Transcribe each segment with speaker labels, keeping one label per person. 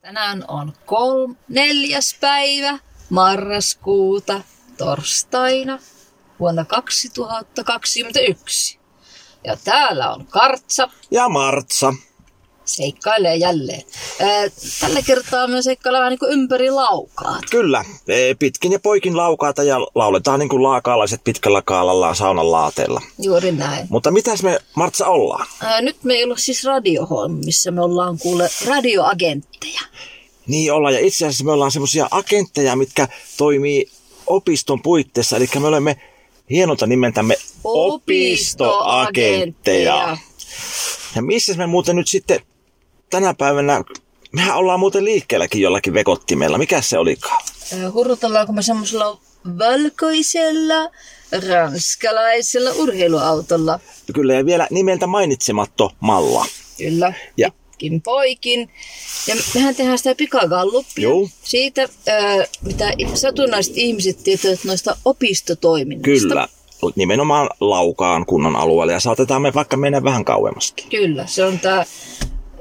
Speaker 1: Tänään on kolm, neljäs päivä marraskuuta torstaina vuonna 2021. Ja täällä on Kartsa,
Speaker 2: ja Martsa.
Speaker 1: seikkailee jälleen. Ää, Tällä kertaa me seikkaillaan niin ympäri laukaa.
Speaker 2: Kyllä, ee, pitkin ja poikin laukaata ja lauletaan niin kuin laakaalaiset pitkällä kaalallaan saunan laateella.
Speaker 1: Juuri näin.
Speaker 2: Mutta mitäs me Martsa ollaan?
Speaker 1: Ää, Nyt me ei ole siis radiohommissa, me ollaan kuule radioagentteja.
Speaker 2: Niin ollaan, ja itse asiassa me ollaan semmoisia agentteja, mitkä toimii opiston puitteissa, eli me olemme hienolta nimeltämme opistoagentteja. Ja missä me muuten nyt sitten tänä päivänä, mehän ollaan muuten liikkeelläkin jollakin vekottimella, mikä se olikaan?
Speaker 1: Ää, Hurrutellaanko me semmoisella valkoisella ranskalaisella urheiluautolla?
Speaker 2: Kyllä, ja vielä nimeltä mainitsematta malla.
Speaker 1: Kyllä.
Speaker 2: Ja
Speaker 1: Kin poikin. Ja mehän tehdään sitä pikagallappia
Speaker 2: Juu.
Speaker 1: siitä, ää, mitä satunnaiset ihmiset tietävät noista opistotoiminnasta.
Speaker 2: Kyllä, nimenomaan Laukaan kunnan alueelle ja saatetaan me vaikka mennä vähän kauemmaskin.
Speaker 1: Kyllä, se on tämä,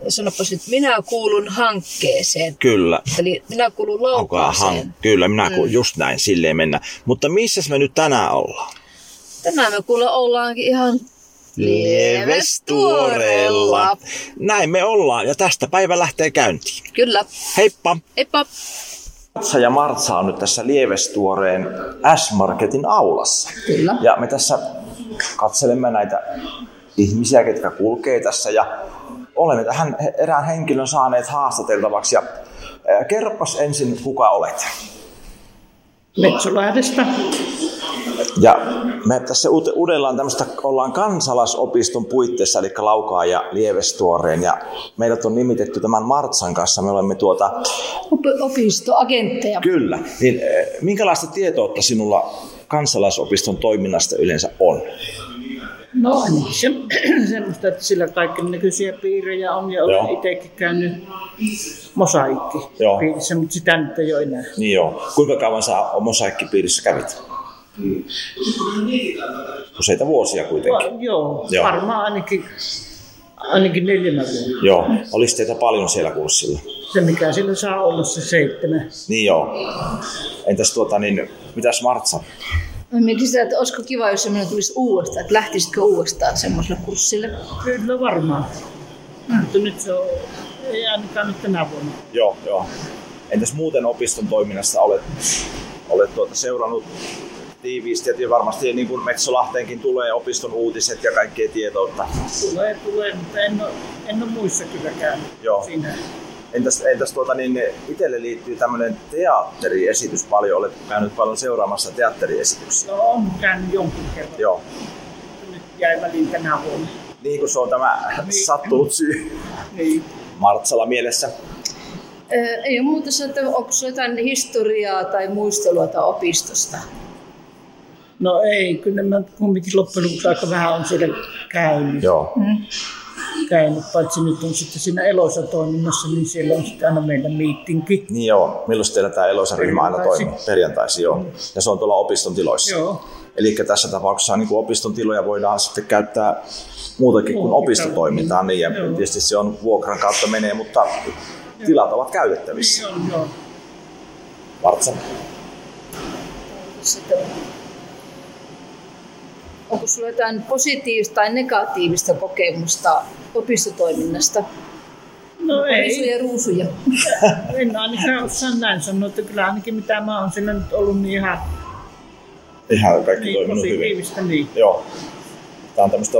Speaker 1: sanopas nyt, minä kuulun hankkeeseen.
Speaker 2: Kyllä.
Speaker 1: Eli minä kuulun laukaaseen.
Speaker 2: Laukaan. Kyllä, minä mm. just näin silleen mennä. Mutta missä me nyt tänään ollaan?
Speaker 1: Tänään me kuule ollaankin ihan lievestuorella.
Speaker 2: Näin me ollaan ja tästä päivä lähtee käyntiin.
Speaker 1: Kyllä.
Speaker 2: Heippa!
Speaker 1: Eipä
Speaker 2: Martsa ja Martsa on nyt tässä Lievestuoreen S-Marketin aulassa.
Speaker 1: Kyllä.
Speaker 2: Ja me tässä katselemme näitä ihmisiä, ketkä kulkee tässä ja olemme tähän erään henkilön saaneet haastateltavaksi. Ja eh, kerropas ensin, kuka olet.
Speaker 3: Metsolahdesta.
Speaker 2: Ja me tässä uute- uudellaan tämmöistä, ollaan kansalaisopiston puitteissa, eli Laukaa ja Lievestuoreen. Ja meidät on nimitetty tämän Martsan kanssa. Me olemme tuota...
Speaker 3: Op- opistoagentteja.
Speaker 2: Kyllä. Niin, eh, minkälaista tietoutta sinulla kansalaisopiston toiminnasta yleensä on?
Speaker 3: No niin, se, semmoista, että sillä kaikki näköisiä piirejä on ja
Speaker 2: Joo.
Speaker 3: olen itsekin käynyt mosaikki
Speaker 2: Joo.
Speaker 3: piirissä, mutta sitä nyt ei ole enää.
Speaker 2: Niin joo. Kuinka kauan sä mosaikkipiirissä kävit? Useita vuosia kuitenkin.
Speaker 3: Va- joo,
Speaker 2: Joo.
Speaker 3: Joo, varmaan ainakin, ainakin neljänä vuonna.
Speaker 2: Joo. Olisi teitä paljon siellä kurssilla.
Speaker 3: Se mikä sillä saa olla se seitsemän.
Speaker 2: Niin joo. Entäs tuota niin, mitäs Martsa?
Speaker 4: Mä mietin sitä, että olisiko kiva, jos semmoinen tulisi uudestaan, että lähtisitkö uudestaan semmoiselle kurssille.
Speaker 3: Kyllä varmaan. Mutta nyt se on, ei ainakaan nyt tänä vuonna.
Speaker 2: Joo, joo. Entäs muuten opiston toiminnassa olet, olet tuota seurannut tiiviisti ja tie- varmasti niin kuin Metsolahteenkin tulee opiston uutiset ja kaikkea tietoutta.
Speaker 3: Tulee, tulee, mutta en ole, en ole muissa kyllä käynyt
Speaker 2: Joo.
Speaker 3: siinä.
Speaker 2: Entäs, entäs tuota, niin itselle liittyy tämmöinen teatteriesitys paljon. Olet käynyt paljon seuraamassa teatteriesityksiä.
Speaker 3: No on käynyt jonkun kerran.
Speaker 2: Joo.
Speaker 3: Nyt jäi väliin tänä vuonna.
Speaker 2: Niin kuin se on tämä
Speaker 3: Niin.
Speaker 2: sattunut syy
Speaker 3: Niin.
Speaker 2: Martsalla mielessä.
Speaker 4: Öö, ei ole muuta se, että onko sulla jotain historiaa tai muistelua tai opistosta.
Speaker 3: No ei, kyllä mä kumminkin loppujen lopuksi aika vähän on siellä käynyt,
Speaker 2: Joo.
Speaker 3: käynyt, paitsi nyt on sitten siinä elossa toiminnassa, niin siellä on sitten aina meillä miittinki.
Speaker 2: Niin joo. Milloin teillä tämä Eloisan ryhmä aina
Speaker 3: Perjantaisin.
Speaker 2: toimii? Perjantaisin, joo. Ja se on tuolla opiston tiloissa.
Speaker 3: Joo,
Speaker 2: Eli tässä tapauksessa niin kuin opiston tiloja voidaan sitten käyttää muutakin kuin
Speaker 3: Muutakin.
Speaker 2: opistotoimintaan. Niin, ja
Speaker 3: Joo.
Speaker 2: tietysti se on vuokran kautta menee, mutta tilat ovat käytettävissä.
Speaker 3: joo, joo.
Speaker 2: Martsa.
Speaker 4: Tuossa, että Onko sulla jotain positiivista tai negatiivista kokemusta opistotoiminnasta?
Speaker 3: No ei,
Speaker 4: Risuja ruusuja.
Speaker 3: en ainakaan osaa näin sanoa, että kyllä ainakin mitä mä oon siellä nyt ollut, niin ihan
Speaker 2: Ihan kaikki
Speaker 3: niin
Speaker 2: toiminut hyvin.
Speaker 3: positiivista. Niin.
Speaker 2: Joo. Tämä on tämmöistä,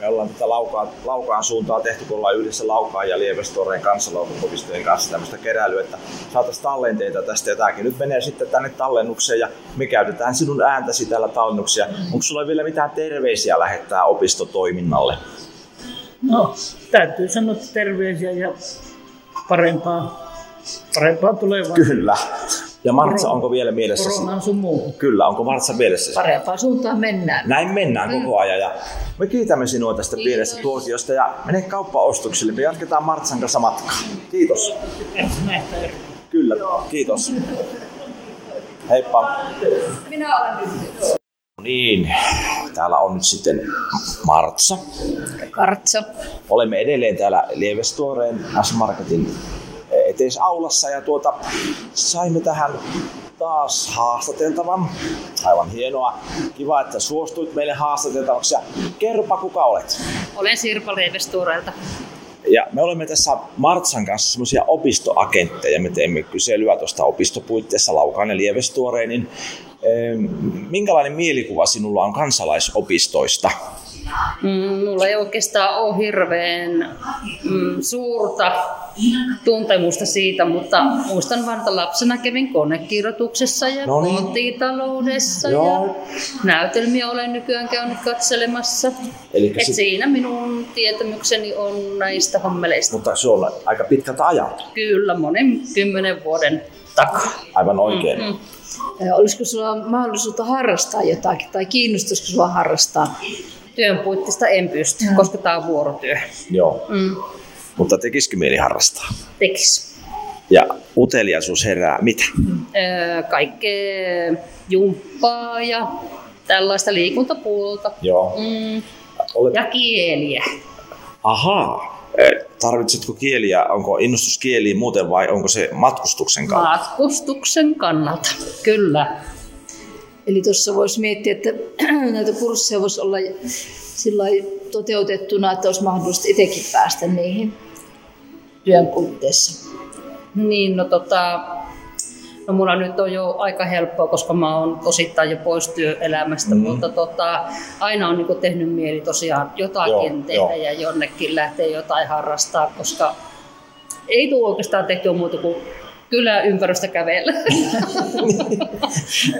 Speaker 2: me ollaan tätä laukaan, laukaan suuntaa tehty, kun ollaan yhdessä Laukaan ja Lievestoreen kansalaisopistojen kanssa tämmöistä keräilyä, että saataisiin tallenteita tästä ja tämäkin nyt menee sitten tänne tallennukseen ja me käytetään sinun ääntäsi täällä tallennuksia. Onko sulla vielä mitään terveisiä lähettää opistotoiminnalle?
Speaker 3: No, täytyy sanoa että terveisiä ja parempaa, parempaa tulevaa.
Speaker 2: Kyllä. Ja Martsa, onko vielä mielessä?
Speaker 3: Koronaan sun muuhun.
Speaker 2: Kyllä, onko Martsa mielessä?
Speaker 4: Parempaan suuntaan mennään.
Speaker 2: Näin mennään
Speaker 4: Mm.
Speaker 2: koko ajan ja me kiitämme sinua tästä pienestä tuokiosta ja mene kauppaostoksille. Me jatketaan Martsan kanssa matkaa. Kiitos.
Speaker 3: Näistä eri.
Speaker 2: Kyllä, kiitos. Heippa.
Speaker 4: Minä olen nyt
Speaker 2: Niin, täällä on nyt sitten Martsa.
Speaker 4: kartsa.
Speaker 2: Olemme edelleen täällä Lievestuoreen S-Marketin eh, eteis aulassa ja tuota, saimme tähän taas haastateltavan. Aivan hienoa. Kiva, että suostuit meille haastateltavaksi ja kerropa kuka olet.
Speaker 5: Olen Sirpa Reivestuurelta.
Speaker 2: Ja me olemme tässä Martsan kanssa semmoisia opistoagentteja. Me teemme kyselyä tuosta opistopuitteessa Laukaan ja Lievestuoreen. Niin, em, minkälainen mielikuva sinulla on kansalaisopistoista?
Speaker 5: Mm, Mulla ei oikeastaan ole hirveän mm, suurta tuntemusta siitä, mutta muistan vaan, että lapsena kävin konekirjoituksessa ja
Speaker 2: No niin.
Speaker 5: kotitaloudessa ja
Speaker 2: Joo.
Speaker 5: näytelmiä olen nykyään käynyt katselemassa.
Speaker 2: Elikkä
Speaker 5: Et
Speaker 2: sit-
Speaker 5: siinä minun tietämykseni on näistä hommeleista.
Speaker 2: Mutta se on aika pitkältä ajalta,
Speaker 5: Kyllä, monen kymmenen vuoden takaa.
Speaker 2: aivan oikein. Mm-hmm.
Speaker 4: Ö, Olisiko sulla mahdollisuutta harrastaa jotakin tai kiinnostaisiko sulla harrastaa?
Speaker 5: Työn puitteista en pysty, koska tämä on vuorotyö.
Speaker 2: Joo,
Speaker 5: Mm,
Speaker 2: mutta tekisikö mieli harrastaa?
Speaker 5: tekis.
Speaker 2: Ja uteliaisuus herää mitä?
Speaker 5: Öö, kaikkea jumppaa ja tällaista liikuntapuolta.
Speaker 2: Joo.
Speaker 5: Mm,
Speaker 2: Olet...
Speaker 5: ja kieliä.
Speaker 2: Ahaa. Eh, Tarvitsetko kieliä, onko innostus kieliin muuten vai onko se matkustuksen kautta?
Speaker 5: Matkustuksen kannalta, kyllä.
Speaker 4: Eli tuossa voisi miettiä, että näitä kursseja voisi olla sillä lailla toteutettuna, että olisi mahdollista itsekin päästä niihin työn puitteissa.
Speaker 5: Niin, no tota, no mulla nyt on jo aika helppoa, koska mä oon osittain jo pois työelämästä, mm. mutta tota, aina on niin tehnyt mieli tosiaan jotakin
Speaker 2: Joo,
Speaker 5: joo, tehdä
Speaker 2: joo.
Speaker 5: joo. ja jonnekin lähteä jotain harrastaa, koska ei tule oikeastaan tehtyä muuta kuin kylää ympäröstä kävellä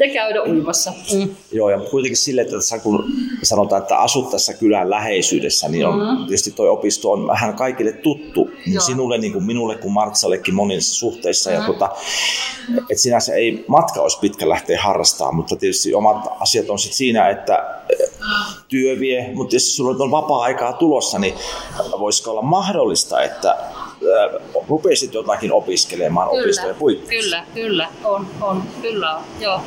Speaker 5: ja käydä uimassa. Mm.
Speaker 2: Joo, ja kuitenkin sille, että tässä kun sanotaan, että asut tässä kylän läheisyydessä, niin on, mm. tietysti tuo opisto on vähän kaikille tuttu, niin
Speaker 5: Mm-hmm. Joo. Mm-hmm.
Speaker 2: sinulle niin kuin minulle kuin Martsallekin monissa suhteissa. Ja tuota, et sinänsä ei matka olisi pitkä lähteä harrastamaan, mutta tietysti omat asiat on sit siinä, että eh, työ vie, mutta tietysti sulla nyt on vapaa-aikaa tulossa, niin voisiko olla mahdollista, että eh, rupeisit jotakin opiskelemaan opistojen puitteissa?
Speaker 5: kyllä, kyllä, on, on, kyllä on, joo.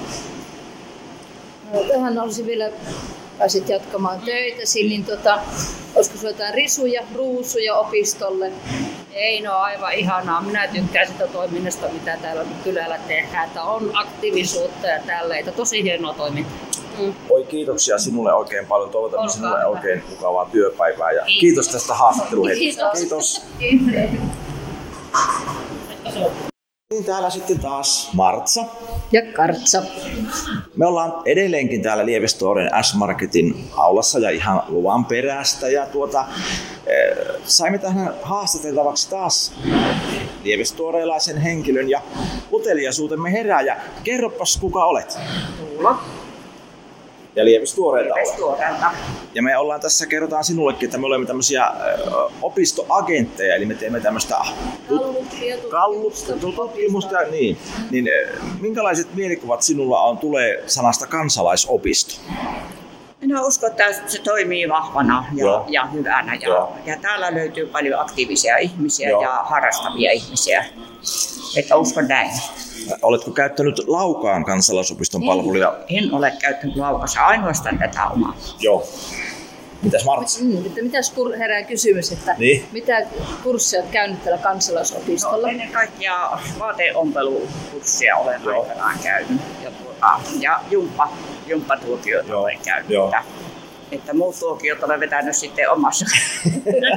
Speaker 4: No, Tähän olisi vielä, pääsit
Speaker 5: Mm.
Speaker 4: jatkamaan töitä, niin tota, olisiko sinulla jotain risuja, ruusuja opistolle?
Speaker 5: Ei, no aivan ihanaa. Minä tykkään sitä toiminnasta, mitä täällä nyt kylällä tehdään. Että on aktiivisuutta ja tälleitä. Tosi hienoa toimintaa. Mm.
Speaker 2: Oi kiitoksia sinulle oikein paljon. Toivotamme
Speaker 5: Olkaa
Speaker 2: sinulle
Speaker 5: hyvä.
Speaker 2: oikein mukavaa työpäivää ja
Speaker 5: Kiitos.
Speaker 2: kiitos tästä haastatteluhetkestä.
Speaker 5: Kiitos.
Speaker 2: Kiitos. Niin täällä sitten taas Martsa.
Speaker 4: Ja kartsa.
Speaker 2: Me ollaan edelleenkin täällä Lievestoren S-Marketin aulassa ja ihan luvan perästä. Ja tuota, eh, saimme tähän haastateltavaksi taas lievestoreilaisen henkilön ja uteliaisuutemme herää. Ja kerropas kuka olet.
Speaker 5: Tuula,
Speaker 2: Ja lievestoreilta olet.
Speaker 5: tuoreelta.
Speaker 2: Ja me ollaan tässä, kerrotaan sinullekin, että me olemme tämmöisiä ö, opistoagentteja, eli me teemme tämmöistä kallusta tutkimusta. ja Niin, niin, ö, minkälaiset mielikuvat sinulla on, tulee sanasta kansalaisopisto?
Speaker 6: Minä uskon, että se toimii vahvana ja,
Speaker 2: Joo.
Speaker 6: ja hyvänä. Ja,
Speaker 2: Joo.
Speaker 6: ja täällä löytyy paljon aktiivisia ihmisiä
Speaker 2: Joo.
Speaker 6: ja harrastavia ihmisiä. Että uskon näin.
Speaker 2: Oletko käyttänyt Laukaan kansalaisopiston palveluja?
Speaker 6: En ole käyttänyt laukassa ainoastaan tätä omaa.
Speaker 2: Joo. Mitäs Martsi?
Speaker 4: Mm, että mitäs kur- herää kysymys, että
Speaker 2: Niin.
Speaker 4: mitä kursseja olet käynyt täällä
Speaker 6: No,
Speaker 4: kansalaisopistolla?
Speaker 6: ennen kaikkea vaateompelukurssia olen
Speaker 2: Joo.
Speaker 6: aikanaan käynyt. Ja, tuota, ja jumppa, jumppatuokiota
Speaker 2: Joo.
Speaker 6: olen käynyt.
Speaker 2: Joo.
Speaker 6: Että, että muut tuokiot olen vetänyt sitten omassa,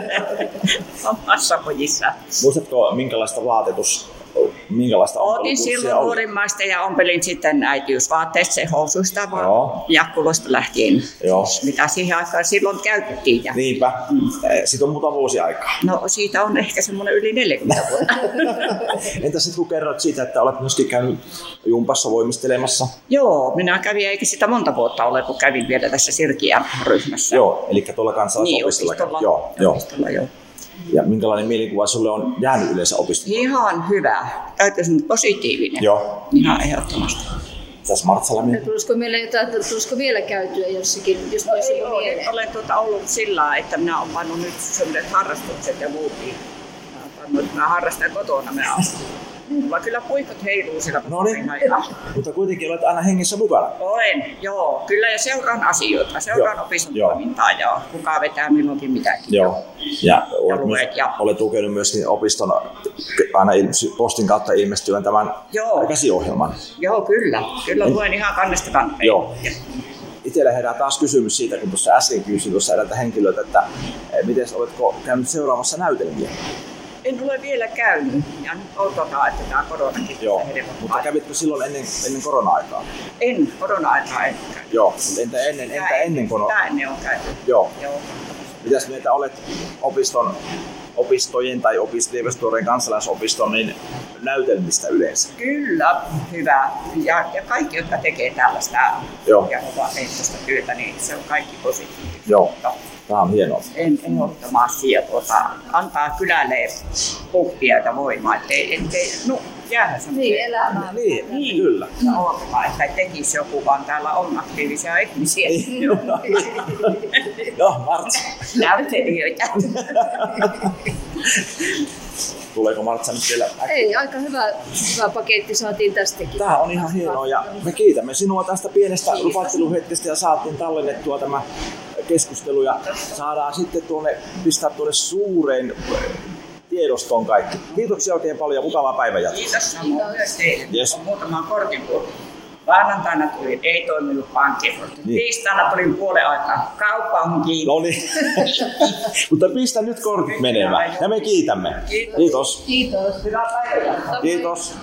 Speaker 6: omassa pojissa.
Speaker 2: Muistatko, minkälaista vaatetus, minkälaista
Speaker 6: Otin
Speaker 2: ompelukurssia
Speaker 6: silloin
Speaker 2: oli?
Speaker 6: nuorimmaista ja ompelin sitten äitiysvaatteista ja housuista vaan
Speaker 2: Joo.
Speaker 6: jakkuloista lähtien,
Speaker 2: Joo.
Speaker 6: mitä siihen aikaan silloin käytettiin. Ja
Speaker 2: Niinpä. Eh, Siitä on muutama vuosi aikaa.
Speaker 6: no siitä on ehkä semmoinen yli 40 vuotta.
Speaker 2: Entäs sitten kun kerrot siitä, että olet myöskin käynyt jumpassa voimistelemassa?
Speaker 6: Joo, minä kävin, eikä sitä monta vuotta ole, kun kävin vielä tässä Sirkiän ryhmässä.
Speaker 2: Joo, eli tuolla
Speaker 6: Niin,
Speaker 2: kansalaisopistolla.
Speaker 6: opistolla.
Speaker 2: joo, joo.
Speaker 6: opistolla, joo.
Speaker 2: Ja minkälainen mielikuva sulle on jäänyt yleensä opistoon?
Speaker 6: Ihan hyvä. Täytyy sanoa, positiivinen.
Speaker 2: Joo.
Speaker 6: Ihan ehdottomasti.
Speaker 2: Tässä Martsala
Speaker 4: Ja Tulisiko meillä jotain, että tulisiko vielä käytyä jossakin, jos olisi
Speaker 6: Ei
Speaker 4: joku
Speaker 6: ole.
Speaker 4: mieleen?
Speaker 6: Nyt Olen tuota ollut sillä lailla, että minä olen pannut nyt sellaiset harrastukset ja muut. niin Minä olen pannut, että minä harrastan kotona. Minä Mulla kyllä puikot heiluu siellä
Speaker 2: No niin,
Speaker 6: paperilla.
Speaker 2: mutta kuitenkin olet aina hengissä mukana.
Speaker 6: Olen, joo. Kyllä ja seuraan asioita, seuraan
Speaker 2: Joo,
Speaker 6: joo. opiston
Speaker 2: joo.
Speaker 6: toimintaa ja kuka vetää milloinkin mitäkin.
Speaker 2: Joo. Ja olet,
Speaker 6: luet,
Speaker 2: myös,
Speaker 6: ja-
Speaker 2: olet lukenut myöskin opiston aina il- postin kautta ilmestyvän tämän
Speaker 6: Joo.
Speaker 2: käsiohjelman.
Speaker 6: Joo, kyllä. Kyllä
Speaker 2: Niin.
Speaker 6: luen ihan kannesta kanteen.
Speaker 2: Joo. Itsellä herää taas kysymys siitä, kun tuossa äsken kysyin tuossa edeltä henkilöltä, että miten oletko käynyt seuraamassa näytelmiä?
Speaker 6: En ole vielä käynyt ja nyt odotetaan, että tämä koronakin
Speaker 2: Joo,
Speaker 6: tulee helpottaa.
Speaker 2: mutta kävitkö silloin ennen, ennen korona-aikaa?
Speaker 6: En, korona-aikaa en käynyt.
Speaker 2: Joo, mutta entä ennen, entä ennen korona?
Speaker 6: Tämä ennen on käynyt.
Speaker 2: Joo.
Speaker 6: Joo.
Speaker 2: Mitäs mieltä olet opiston, opistojen tai opist- Lievestuoreen kansalaisopiston niin näytelmistä yleensä?
Speaker 6: Kyllä, hyvä. Ja, ja kaikki, jotka tekee tällaista
Speaker 2: Joo.
Speaker 6: ja vapaaehtoista työtä, niin se on kaikki positiivista.
Speaker 2: Joo, tämä on hienoa.
Speaker 6: En ehdottomasti ja tuota, antaa kylälle puhtia ja voimaa, ettei, ettei no, jäädä
Speaker 4: Niin,
Speaker 6: semmoiseen
Speaker 4: elämää.
Speaker 2: Niin, kyllä.
Speaker 6: olkaa, että tekisi joku, vaan täällä on aktiivisia ihmisiä.
Speaker 2: Joo, Martsa.
Speaker 6: Näytelijöitä.
Speaker 2: Tuleeko Martsa nyt vielä
Speaker 4: Ei, aika hyvä, hyvä paketti saatiin tästäkin.
Speaker 2: Tämä on ihan hienoa ja me kiitämme sinua tästä pienestä lupaitteluhetkestä ja saatiin tallennettua tämä keskustelu ja saadaan sitten tuonne, pistää tuonne suureen tiedostoon kaikki. Kiitoksia oikein paljon ja mukavaa päivän jatkoa.
Speaker 6: Kiitos Samu myös teille.
Speaker 2: Yes.
Speaker 6: Muutamaan kortin puolella. Maanantaina tulin, ei toiminut pankki.
Speaker 2: Niin.
Speaker 6: Tiistaina tulin puolen aikaa. Kauppa on kiinni.
Speaker 2: No niin, mutta pistä nyt kortit menemään ja me kiitämme. Kiitos.
Speaker 4: Kiitos.
Speaker 6: Hyvää päivää.
Speaker 2: Kiitos.